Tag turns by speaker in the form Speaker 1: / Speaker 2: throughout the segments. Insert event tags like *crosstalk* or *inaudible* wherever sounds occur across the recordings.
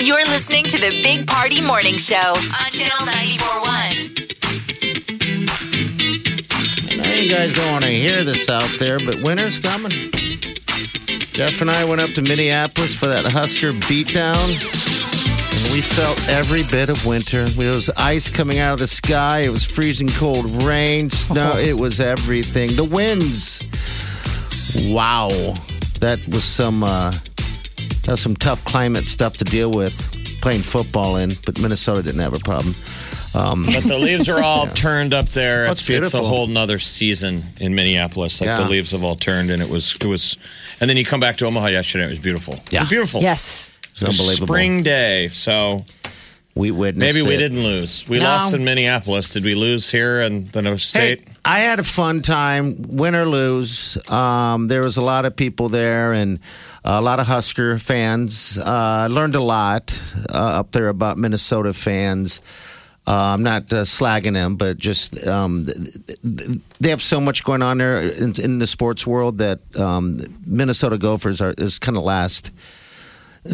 Speaker 1: You're listening to the Big Party Morning Show on Channel 941.
Speaker 2: I know you guys don't want to hear this out there, but winter's coming. Jeff and I went up to Minneapolis for that Husker beatdown. and We felt every bit of winter. It was ice coming out of the sky. It was freezing cold rain, snow.
Speaker 3: Oh.
Speaker 2: It was everything. The winds. Wow, that was some uh, that was some tough climate stuff to deal with playing football in. But Minnesota didn't have a problem.
Speaker 3: But the leaves are
Speaker 2: *laughs*
Speaker 3: all turned up there.
Speaker 2: That's
Speaker 3: It's, it's a
Speaker 2: beautiful.
Speaker 3: whole nother season in Minneapolis. Like the
Speaker 2: Yeah.
Speaker 3: leaves have all turned, and it was it was. And then you come back to Omaha yesterday. It was beautiful. It
Speaker 2: Yeah.
Speaker 3: was beautiful.
Speaker 4: Yes.
Speaker 2: It's unbelievable.
Speaker 3: Spring day. So
Speaker 2: we witnessed.
Speaker 3: maybe we
Speaker 2: it.
Speaker 3: didn't lose. We
Speaker 2: No.
Speaker 3: lost in Minneapolis. Did we lose here in the no
Speaker 2: Hey,
Speaker 3: state?
Speaker 2: I had a fun time, win or lose. Um, there was a lot of people there and a lot of Husker fans. Uh, I learned a lot uh, up there about Minnesota fans. Uh, I'm not uh, slagging them, but just um, th- th- th- they have so much going on there in, in the sports world that um, Minnesota Gophers are is kind of last,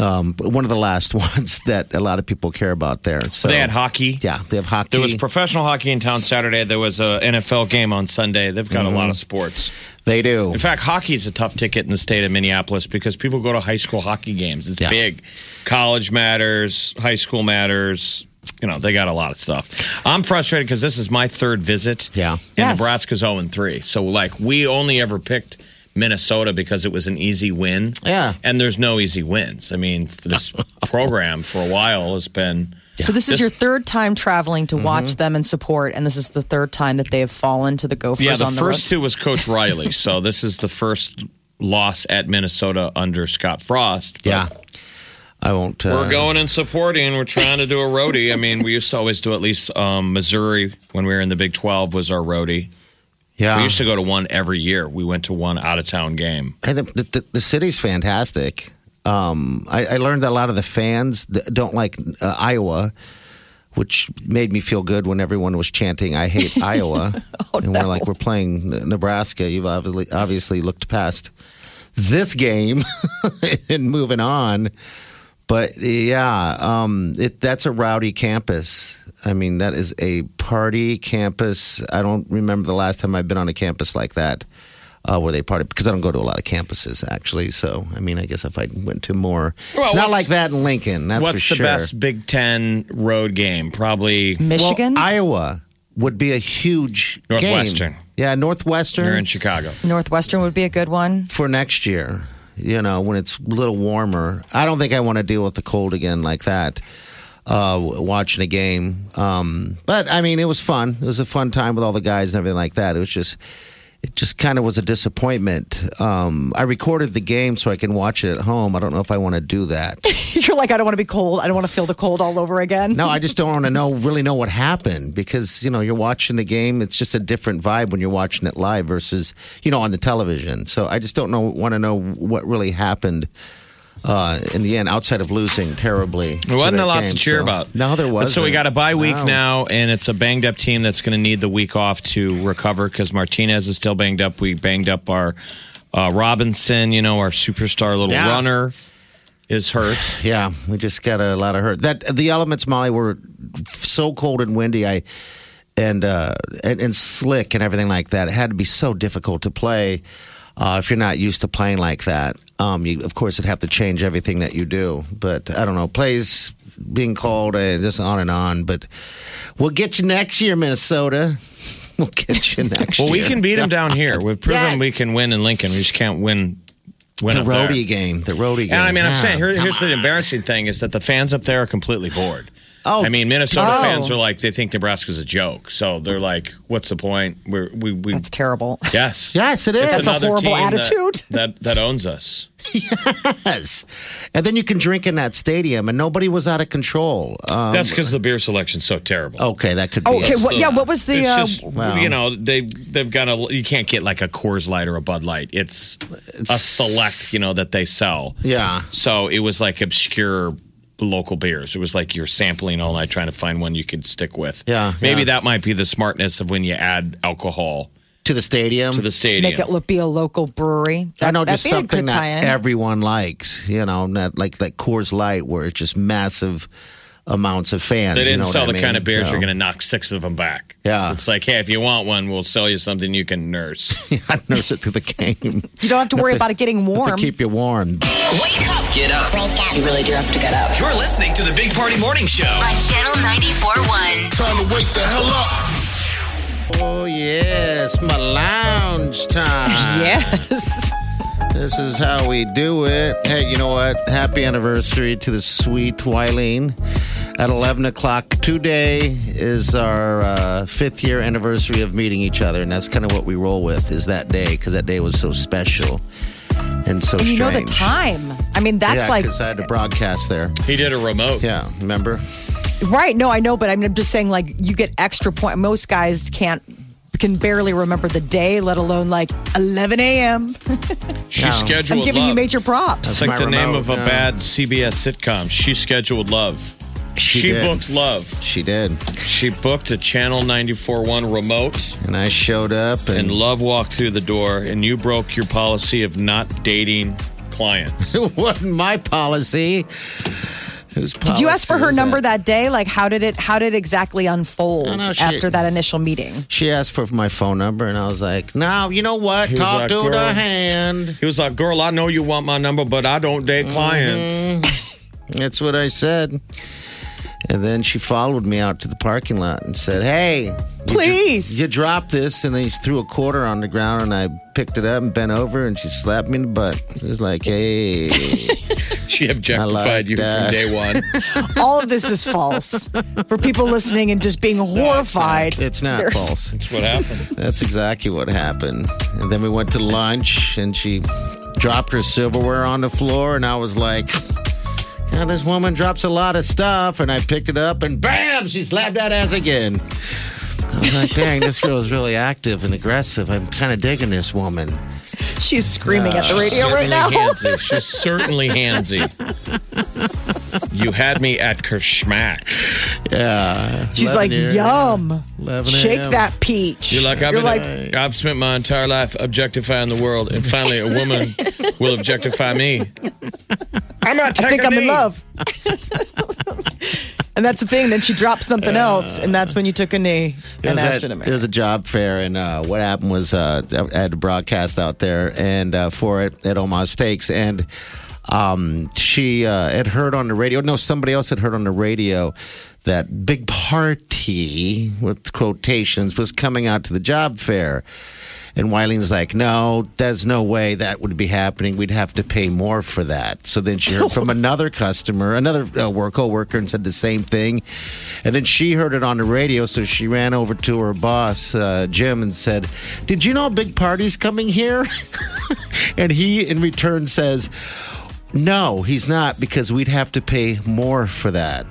Speaker 2: um, one of the last *laughs* ones that a lot of people care about there. So
Speaker 3: They had hockey.
Speaker 2: yeah, they have hockey.
Speaker 3: There was professional hockey in town Saturday. There was a NFL game on Sunday. They've
Speaker 2: Mm-hmm.
Speaker 3: got a lot of sports.
Speaker 2: they do.
Speaker 3: In fact, hockey is a tough ticket in the state of Minneapolis because people go to high school hockey games. It's
Speaker 2: Yeah.
Speaker 3: big. College matters, high school matters. You know, they got a lot of stuff. I'm frustrated because this is my third visit.
Speaker 2: Yeah.
Speaker 3: And
Speaker 4: Yes.
Speaker 3: Nebraska's 0 and 3. So, like, we only ever picked Minnesota because it was an easy win.
Speaker 2: Yeah.
Speaker 3: And there's no easy wins. I mean,
Speaker 2: *laughs*
Speaker 3: this program for a while has been.
Speaker 4: So this is
Speaker 3: This-
Speaker 4: your third time traveling to
Speaker 2: Mm-hmm.
Speaker 4: watch them and support, and this is the third time that they have fallen to the Gophers.
Speaker 3: Yeah, the
Speaker 4: on the
Speaker 3: first
Speaker 4: road.
Speaker 3: two was Coach Riley. so this is the first loss at Minnesota under Scott Frost. But
Speaker 2: yeah. I won't. Uh,
Speaker 3: We're going and supporting. We're trying to do a roadie. I mean, we used to always do at least um, Missouri when we were in the Big 12 was our roadie.
Speaker 2: Yeah.
Speaker 3: We used to go to one every year. We went to one out of town game.
Speaker 2: Hey, the, the, the city's fantastic. Um, I, I learned that a lot of the fans th- don't like uh, Iowa, which made me feel good when everyone was chanting, I
Speaker 3: *laughs*
Speaker 2: hate Iowa.
Speaker 3: Oh,
Speaker 2: and we're like, we're playing N- Nebraska. You've obviously, obviously looked past this game *laughs* and moving on. But yeah, um, it, that's a rowdy campus. I mean, that is a party campus. I don't remember the last time I've been on a campus like that uh, where they party because I don't go to a lot of campuses actually. So I mean, I guess if I went to more, it's
Speaker 3: Well,
Speaker 2: not like
Speaker 3: what's-
Speaker 2: that in Lincoln. That's
Speaker 3: What's
Speaker 2: for
Speaker 3: the
Speaker 2: sure.
Speaker 3: best Big 10 road game? Probably
Speaker 2: Well,
Speaker 4: Michigan,
Speaker 2: Iowa would be a huge game.
Speaker 3: Northwestern.
Speaker 2: Yeah,
Speaker 3: you're
Speaker 2: Northwestern
Speaker 3: in Chicago.
Speaker 4: Northwestern would be a good one. *laughs*
Speaker 2: for next year. You know, when it's a little warmer, I don't think I want to deal with the cold again like that. Uh, w- watching a game, um, but I mean, it was fun. It was a fun time with all the guys and everything like that. It was just, it just kind of was a disappointment. Um, I recorded the game so I can watch it at home. I don't know if I want to do that.
Speaker 4: You're like, I don't want to be cold. I don't want to feel the cold all over again.
Speaker 2: No, I just don't want to know really know what happened because you know you're watching the game. It's just a different vibe when you're watching it live versus you know on the television. So I just don't know want to know what really happened uh, in the end, outside of losing terribly.
Speaker 3: There wasn't
Speaker 2: that
Speaker 3: a lot to
Speaker 2: game.
Speaker 3: cheer
Speaker 2: So-
Speaker 3: about.
Speaker 2: No, there
Speaker 3: But
Speaker 2: was.
Speaker 3: So we got a bye week
Speaker 2: No.
Speaker 3: now, and it's a banged up team that's going to need the week off to recover because Martinez is still banged up. We banged up our uh, Robinson, you know, our superstar little
Speaker 2: Yeah.
Speaker 3: runner is hurt.
Speaker 2: Yeah, we just got a lot of hurt. That the elements, Molly, were so cold and windy. I and uh, and, and slick and everything like that. It had to be so difficult to play uh, if you're not used to playing like that. Um, you, of course, it'd have to change everything that you do. But I don't know, plays being called, uh, just on and on. But we'll get you next year, Minnesota. *laughs* We'll get you next
Speaker 3: Well,
Speaker 2: year.
Speaker 3: we can beat them down here. We've proven
Speaker 2: Yes.
Speaker 3: we can win in Lincoln. We just can't win. win
Speaker 2: the
Speaker 3: up there.
Speaker 2: roadie game. The roadie game.
Speaker 3: And I mean, I'm
Speaker 2: Yeah.
Speaker 3: saying here, here's the embarrassing thing is that the fans up there are completely bored.
Speaker 2: Oh.
Speaker 3: I mean, Minnesota
Speaker 4: Oh.
Speaker 3: fans are like they think Nebraska's a joke, so they're like, "What's the point?" We're, we we
Speaker 4: That's terrible.
Speaker 3: yes
Speaker 2: Yes, it is.
Speaker 4: That's a
Speaker 3: another
Speaker 4: horrible
Speaker 3: team *laughs* that-
Speaker 4: attitude.
Speaker 3: That, that owns us.
Speaker 2: yes. And then you can drink in that stadium, and nobody was out of control. Um, Oh,
Speaker 3: That's because the beer selection's so terrible.
Speaker 2: okay, that could be.
Speaker 4: *laughs* Okay,
Speaker 2: it.
Speaker 4: what, yeah, what was the.
Speaker 3: It's
Speaker 4: Uh,
Speaker 3: just
Speaker 2: wow.
Speaker 3: you know they they've got a you can't get like a Coors Light or a Bud Light. It's, a select you know that they sell.
Speaker 2: yeah.
Speaker 3: So it was like obscure local beers. It was like you're sampling all night trying to find one you could stick with.
Speaker 2: Yeah,
Speaker 3: maybe
Speaker 2: yeah.
Speaker 3: that might be the smartness of when you add alcohol
Speaker 2: To the stadium.
Speaker 3: to the stadium.
Speaker 4: Make it look be a local brewery. That,
Speaker 2: I know just
Speaker 4: that'd be a
Speaker 2: something
Speaker 4: good
Speaker 2: that
Speaker 4: tie-in.
Speaker 2: everyone likes, you know, not like like Coors Light, where it's just massive amounts of fans.
Speaker 3: they
Speaker 2: you
Speaker 3: didn't
Speaker 2: know what
Speaker 3: sell
Speaker 2: I
Speaker 3: the
Speaker 2: mean?
Speaker 3: kind of beers
Speaker 2: So- *laughs*
Speaker 3: you're going to knock six of them back.
Speaker 2: Yeah.
Speaker 3: it's like hey, if you want one, we'll sell you something you can
Speaker 2: *laughs*
Speaker 3: nurse.
Speaker 2: I nurse it through the game. *laughs*
Speaker 4: you don't have to worry about it getting
Speaker 2: to
Speaker 4: warm.
Speaker 2: keep you warm.
Speaker 5: Wake up. Get up.
Speaker 6: You really do have to get up.
Speaker 5: You're listening to the Big Party Morning Show.
Speaker 1: on Channel 94.1.
Speaker 7: Time to wake the hell up.
Speaker 2: Oh yes, my lounge
Speaker 4: *laughs*
Speaker 2: time.
Speaker 4: yes. *laughs*
Speaker 2: This is how we do it. Hey, you know what? Happy anniversary to the sweet Wyleen. At 11 o'clock today is our uh, fifth year anniversary of meeting each other, and that's kind of what we roll with is that day because that day was so special and so
Speaker 4: And you know the
Speaker 2: strange.
Speaker 4: time. I mean, that's
Speaker 2: yeah,
Speaker 4: like.
Speaker 2: 'cause I had to broadcast there.
Speaker 3: He did a remote.
Speaker 2: Yeah, remember?
Speaker 4: Right. No, I know, but I mean, I'm just saying, like, you get extra point. Most guys can't can barely remember the day, let alone like 11 a.m.
Speaker 3: She
Speaker 2: No.
Speaker 3: scheduled.
Speaker 4: I'm giving you
Speaker 3: love.
Speaker 4: major props.
Speaker 3: It's like
Speaker 2: my
Speaker 3: the name
Speaker 2: remote,
Speaker 3: of a
Speaker 2: yeah.
Speaker 3: bad CBS sitcom. She scheduled love. She,
Speaker 2: did.
Speaker 3: booked love.
Speaker 2: She did.
Speaker 3: She booked a Channel 94.1 remote,
Speaker 2: And I showed up and,
Speaker 3: and love walked through the door, and you broke your policy of not dating
Speaker 2: *laughs*
Speaker 3: clients.
Speaker 2: it wasn't my policy. Whose
Speaker 4: Did you ask for
Speaker 2: policy
Speaker 4: her
Speaker 2: is
Speaker 4: number
Speaker 2: it?
Speaker 4: that day? Like, how did it? How did it exactly unfold
Speaker 2: I know she-
Speaker 4: after that initial meeting?
Speaker 2: She asked for my phone number, and I was like, "No, you know what?
Speaker 3: He was
Speaker 2: Talk
Speaker 3: like,
Speaker 2: to
Speaker 3: "Girl."
Speaker 2: the hand."
Speaker 3: He was like, "Girl, I know you want my number, but I don't date
Speaker 4: Mm-hmm.
Speaker 3: clients."
Speaker 2: That's what I said. And then she followed me out to the parking lot and said, "Hey,
Speaker 4: Please.
Speaker 2: you dropped this." And then she threw a quarter on the ground, and I picked it up and bent over, and she slapped me in the butt. It was like, "Hey."
Speaker 3: She objectified you
Speaker 2: that.
Speaker 3: from day
Speaker 4: *laughs*
Speaker 3: one.
Speaker 4: All of this is
Speaker 2: *laughs*
Speaker 4: false for people listening and just being horrified.
Speaker 2: It's not
Speaker 4: There's-
Speaker 2: false.
Speaker 3: That's what happened.
Speaker 2: That's exactly what happened. And then we went to lunch, and she dropped her silverware on the floor, and I was like, "God, this woman drops a lot of stuff." And I picked it up, and bam, she slapped that ass again. I was like, "Dang, this girl is really active and aggressive. I'm kind of digging this woman."
Speaker 4: She's screaming at the radio
Speaker 3: certainly
Speaker 4: right now.
Speaker 3: handsy. She's certainly handsy. You had me at Kerschmack.
Speaker 2: Yeah,
Speaker 4: *laughs* She's like, yum.
Speaker 2: 11
Speaker 4: Shake
Speaker 2: a.m..
Speaker 4: that peach.
Speaker 3: You're like, I've,
Speaker 4: You're
Speaker 3: been
Speaker 4: like,
Speaker 3: I've spent my entire life objectifying the world, and finally a woman
Speaker 4: *laughs*
Speaker 3: will objectify me. I'm not taking
Speaker 4: I think I'm in
Speaker 3: me.
Speaker 4: love. *laughs* and that's the thing. Then she dropped something else, and that's when you took a knee
Speaker 2: Uh, It
Speaker 4: and
Speaker 2: was
Speaker 4: asked
Speaker 2: at-
Speaker 4: her to
Speaker 2: It
Speaker 4: marry.
Speaker 2: was a job fair, and uh, what happened was uh, I had to broadcast out there and uh, for it at Omaha Steaks, and um, she uh, had heard on the radio. No, somebody else had heard on the radio that big party with quotations was coming out to the job fair. And Wileen's like, no, there's no way that would be happening. We'd have to pay more for that. So then she heard from
Speaker 4: *laughs*
Speaker 2: another customer, another uh, work, co-worker, and said the same thing. And then she heard it on the radio, so she ran over to her boss, uh, Jim, and said, "Did you know a big party's coming here?" *laughs* and he, in return, says, "No, he's not, because we'd have to pay more for that."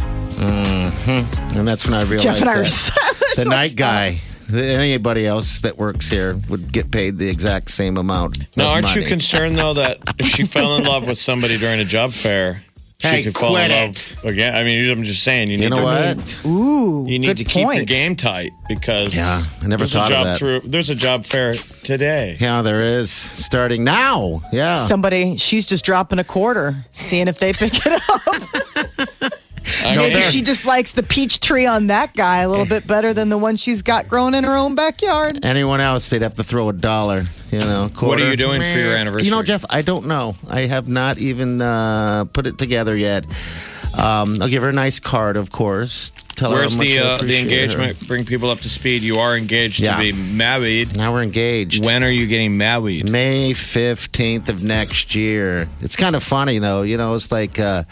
Speaker 2: hmm And that's when I realized
Speaker 4: Jeff and I were
Speaker 2: that
Speaker 4: *laughs* silent.
Speaker 2: the night guy. th- Anybody else that works here would get paid the exact same amount.
Speaker 3: Now,
Speaker 2: of
Speaker 3: aren't you
Speaker 2: money.
Speaker 3: concerned though that if she fell in love with somebody during a job fair,
Speaker 2: Hey,
Speaker 3: she could fall in
Speaker 2: quit
Speaker 3: love again? I mean, I'm just saying, you need
Speaker 2: You know
Speaker 3: to,
Speaker 2: what?
Speaker 4: Ooh,
Speaker 3: you need
Speaker 4: good
Speaker 3: to keep
Speaker 4: point.
Speaker 3: your game tight because
Speaker 2: Yeah, I never
Speaker 3: there's
Speaker 2: thought
Speaker 3: a
Speaker 2: of
Speaker 3: job
Speaker 2: that.
Speaker 3: through. There's a job fair today.
Speaker 2: Yeah, there is starting now. Yeah,
Speaker 4: *laughs* Somebody, she's just dropping a quarter, seeing if they pick it
Speaker 2: *laughs*
Speaker 4: up. *laughs*
Speaker 3: I mean,
Speaker 4: Maybe she just likes the peach tree on that guy a little bit better than the one she's got growing in her own backyard.
Speaker 2: anyone else they'd have to throw a dollar. You know, quarter.
Speaker 3: you doing for your anniversary?
Speaker 2: You know, Jeff, I don't know. I have not even uh, put it together yet. Um, I'll give her a nice card, of course. Tell her how
Speaker 3: where's
Speaker 2: much
Speaker 3: the
Speaker 2: I
Speaker 3: uh, the
Speaker 2: appreciate her.
Speaker 3: engagement? Bring people up to speed. You are engaged
Speaker 2: Yeah.
Speaker 3: to be married.
Speaker 2: Now we're engaged.
Speaker 3: When are you getting married?
Speaker 2: May 15th of next year. It's kind of funny, though. You know, it's like uh,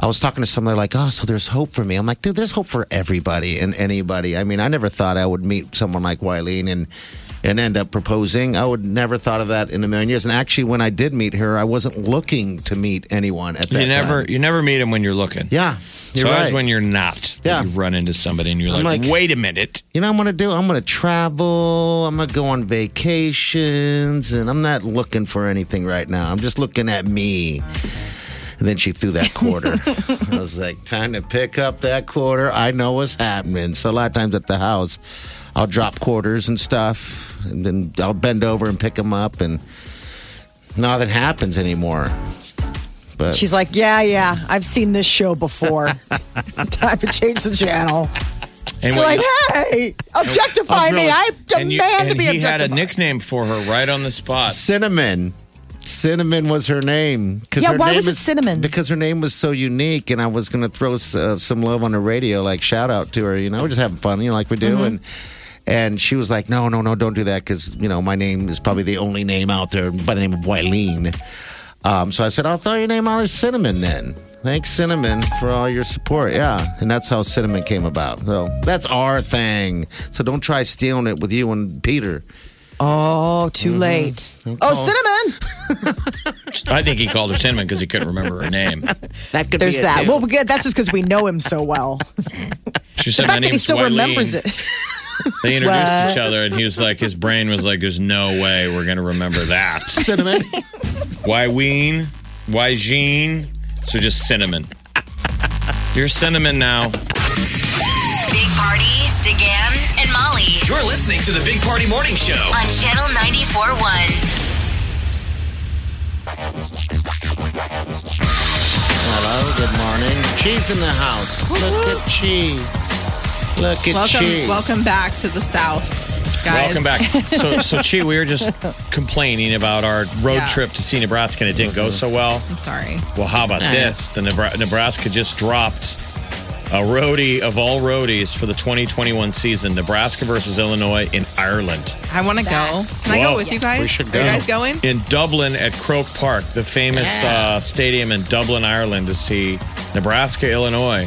Speaker 2: I was talking to somebody like, oh, so there's hope for me. I'm like, dude, there's hope for everybody and anybody. I mean, I never thought I would meet someone like Wileen and. and end up proposing. I would never thought of that in a million years. And actually, when I did meet her, I wasn't looking to meet anyone at that
Speaker 3: You never,
Speaker 2: time.
Speaker 3: you never meet him when you're looking.
Speaker 2: Yeah,
Speaker 3: So
Speaker 2: you're
Speaker 3: that's
Speaker 2: right.
Speaker 3: when you're not.
Speaker 2: Yeah.
Speaker 3: You run into somebody and you're
Speaker 2: I'm
Speaker 3: like,
Speaker 2: like-
Speaker 3: wait a minute.
Speaker 2: you know, I'm gonna do. I'm gonna travel. I'm gonna go on vacations, and I'm not looking for anything right now. I'm just looking at me. And then she threw that quarter. I was like, time to pick up that quarter. I know what's happening. So a lot of times at the house, I'll drop quarters and stuff, and then I'll bend over and pick them up, and nothing happens anymore. But
Speaker 4: She's like, yeah, yeah, I've seen this
Speaker 2: *laughs*
Speaker 4: show before. *laughs* Time to change the channel.
Speaker 3: And
Speaker 4: You're
Speaker 3: when-
Speaker 4: like, hey, objectify me. I
Speaker 3: and
Speaker 4: demand
Speaker 3: you-
Speaker 4: to
Speaker 3: and
Speaker 4: be
Speaker 3: He had a
Speaker 4: objectified.
Speaker 3: nickname for her right on the spot.
Speaker 2: Cinnamon. Cinnamon was her name. 'Cause
Speaker 4: Yeah,
Speaker 2: her
Speaker 4: why
Speaker 2: name
Speaker 4: was it
Speaker 2: is-
Speaker 4: Cinnamon?
Speaker 2: Because her name was so unique, and I was going to throw s- uh, some love on the radio, like shout out to her. You know, we're just having fun, you know, like we
Speaker 4: Mm-hmm.
Speaker 2: do, and. And she was like, "No, no, no, don't do that, because you know my name is probably the only name out there by the name of Wileen." Um, so I said, "I'll throw your name out as Cinnamon then." Thanks, Cinnamon, for all your support. Yeah, and that's how Cinnamon came about. So that's our thing. So don't try stealing it with you and Peter.
Speaker 4: oh, too
Speaker 3: Mm-hmm.
Speaker 4: late. Oh, cinnamon.
Speaker 3: I think he called her Cinnamon because he couldn't remember her name.
Speaker 2: That could
Speaker 4: There's
Speaker 2: be it,
Speaker 4: that.
Speaker 2: too.
Speaker 4: Well, good. That's just because we know him
Speaker 3: *laughs*
Speaker 4: so well.
Speaker 3: She said,
Speaker 4: the
Speaker 3: "My
Speaker 4: fact that he
Speaker 3: name's
Speaker 4: still remembers
Speaker 3: Wileen."
Speaker 4: it.
Speaker 3: They introduced
Speaker 4: What?
Speaker 3: each other, and he was like, his brain was like, "There's no way we're gonna remember that."
Speaker 2: Cinnamon.
Speaker 4: *laughs*
Speaker 3: Wileen, Wyjean, so just Cinnamon. You're Cinnamon now.
Speaker 1: Big Party, DeGan, and Molly
Speaker 5: You're listening to the Big Party Morning Show.
Speaker 1: on Channel 94.1.
Speaker 2: Hello, good morning. She's in the house. Look at she. Look at
Speaker 7: Welcome,
Speaker 2: she.
Speaker 7: welcome back to the South, guys.
Speaker 3: Welcome back.
Speaker 4: *laughs*
Speaker 3: So, so Chi, we were just complaining about our road
Speaker 7: Yeah.
Speaker 3: trip to see Nebraska, and it didn't go so well.
Speaker 7: I'm sorry.
Speaker 3: Well, how about this? The Nebra- Nebraska just dropped a roadie of all roadies for the 2021 season: Nebraska versus Illinois in Ireland.
Speaker 7: I want to go. Can I
Speaker 3: Whoa.
Speaker 7: go with you guys?
Speaker 2: We should
Speaker 7: Are
Speaker 2: go.
Speaker 7: you guys going?
Speaker 3: in Dublin at Croke Park, the famous uh, stadium in Dublin, Ireland, to see Nebraska, Illinois.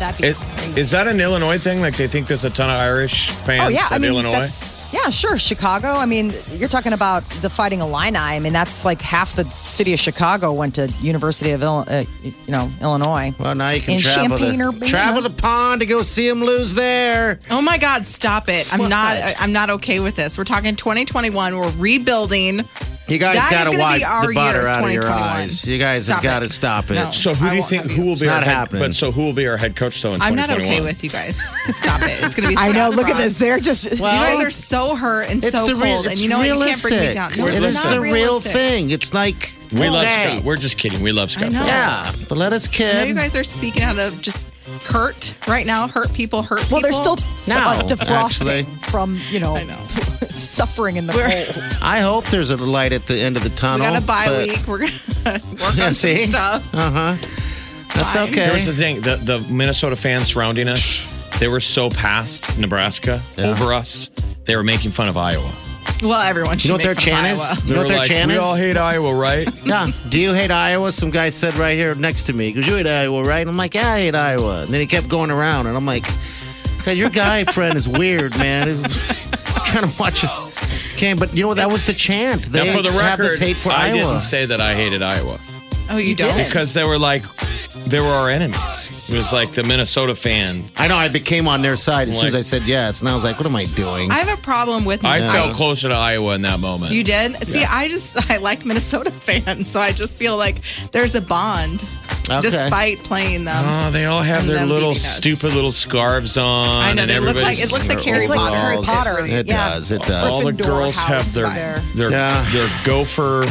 Speaker 4: That'd be
Speaker 3: It, is that an Illinois thing? Like they think there's a ton of Irish fans
Speaker 4: Oh yeah,
Speaker 3: at
Speaker 4: I mean,
Speaker 3: Illinois?
Speaker 4: that's yeah, sure, Chicago. I mean, you're talking about the Fighting Illini. I mean, that's like half the city of Chicago went to University of Illinois, uh, you know, Illinois.
Speaker 2: well, now you can
Speaker 4: In
Speaker 2: travel
Speaker 4: Champaign,
Speaker 2: the,
Speaker 4: Urbana.
Speaker 2: travel the pond to go see him lose there.
Speaker 7: Oh my God! Stop it! I'm not.
Speaker 2: What?
Speaker 7: I'm not okay with this. We're talking 2021. We're rebuilding.
Speaker 2: You guys
Speaker 7: That
Speaker 2: got
Speaker 7: is
Speaker 2: to
Speaker 7: gonna
Speaker 2: wipe
Speaker 7: be our
Speaker 2: the butter
Speaker 7: year,
Speaker 2: out of your
Speaker 7: 2021.
Speaker 2: eyes. You guys have
Speaker 7: Stop
Speaker 2: got to
Speaker 7: it.
Speaker 2: stop it.
Speaker 7: No.
Speaker 3: so who do
Speaker 7: I
Speaker 3: you
Speaker 7: won't
Speaker 3: think
Speaker 7: have
Speaker 3: who will be
Speaker 2: It's
Speaker 3: our
Speaker 2: not
Speaker 3: head,
Speaker 2: happening.
Speaker 3: But so who will be our head coach though in
Speaker 7: I'm not
Speaker 3: 2021?
Speaker 7: okay with you guys. Stop it! It's gonna be.
Speaker 4: *laughs* I know. Look at
Speaker 7: saffron.
Speaker 4: this. They're just
Speaker 7: You
Speaker 2: Well,
Speaker 7: guys are so hurt and
Speaker 2: It's
Speaker 7: so
Speaker 2: the real.
Speaker 7: cold, and you know what? You can't bring me down. No,
Speaker 3: We're
Speaker 7: it's
Speaker 2: it's
Speaker 7: not
Speaker 2: the real
Speaker 7: realistic.
Speaker 2: thing. It's like
Speaker 3: We love
Speaker 2: okay.
Speaker 3: Scott. We're just kidding. We love Scott.
Speaker 7: I know.
Speaker 3: Frost.
Speaker 2: yeah, but let us
Speaker 7: I know
Speaker 2: kid.
Speaker 7: you guys are speaking out of just hurt right now. Hurt people. Hurt people.
Speaker 4: well, they're still
Speaker 2: No,
Speaker 4: uh, defrosting
Speaker 2: actually.
Speaker 4: from you know,
Speaker 7: I know.
Speaker 4: *laughs* suffering in the
Speaker 7: We're-
Speaker 4: cold.
Speaker 2: I hope there's a light at the end of the
Speaker 7: We
Speaker 2: tunnel.
Speaker 7: got a bye
Speaker 2: but
Speaker 7: week. We're gonna
Speaker 2: *laughs*
Speaker 7: *laughs* work
Speaker 2: Yeah,
Speaker 7: on some
Speaker 2: see? Uh-huh.
Speaker 7: stuff.
Speaker 2: That's
Speaker 7: fine.
Speaker 2: okay.
Speaker 3: Here's the thing: the the Minnesota fans surrounding us, they were so past Nebraska over us. They were making fun of Iowa.
Speaker 7: Well, everyone. Should
Speaker 2: you know what their
Speaker 7: make fun of
Speaker 2: chant
Speaker 7: Iowa.
Speaker 2: is?
Speaker 3: They
Speaker 2: You know
Speaker 3: were
Speaker 2: what their
Speaker 3: like,
Speaker 2: chant
Speaker 3: "We
Speaker 2: is?
Speaker 3: all hate Iowa, right?"
Speaker 2: Yeah. Do you hate Iowa? Some guy said right here next to me, because you hate Iowa, right? And I'm like, yeah, I hate Iowa. And then he kept going around, and I'm like, God, your guy friend is weird, man. He's *laughs* trying to watch it. Okay, but you know what? That was the chant. They
Speaker 3: now, for the
Speaker 2: have
Speaker 3: record,
Speaker 2: this hate for
Speaker 3: I
Speaker 2: Iowa.
Speaker 3: didn't say that I hated Iowa
Speaker 7: Oh, you, don't.
Speaker 3: because they were like, they were our enemies. It was like the Minnesota fan.
Speaker 2: I know I became on their side as soon as
Speaker 3: Like-
Speaker 2: I said yes, and I was like, what am I doing?
Speaker 7: I have a problem with.
Speaker 3: I
Speaker 7: Minnesota.
Speaker 3: felt closer to Iowa in that moment.
Speaker 7: You did? See, I just *laughs* I like Minnesota fans, so I just feel like there's a bond
Speaker 2: Okay.
Speaker 7: despite playing them.
Speaker 3: Oh, they all have
Speaker 7: And
Speaker 3: their
Speaker 7: them
Speaker 3: little
Speaker 7: beating us.
Speaker 3: stupid little scarves on.
Speaker 7: I know,
Speaker 3: and
Speaker 7: they look like-
Speaker 3: everybody's
Speaker 7: it looks
Speaker 3: in
Speaker 7: like
Speaker 3: their
Speaker 7: Harry Potter.
Speaker 3: overalls.
Speaker 7: Harry Potter.
Speaker 2: It
Speaker 4: Yeah.
Speaker 2: does. It does.
Speaker 3: All the
Speaker 4: Gryffindor
Speaker 3: girls have
Speaker 4: house
Speaker 3: their
Speaker 4: there.
Speaker 3: their
Speaker 2: Yeah.
Speaker 3: their gopher.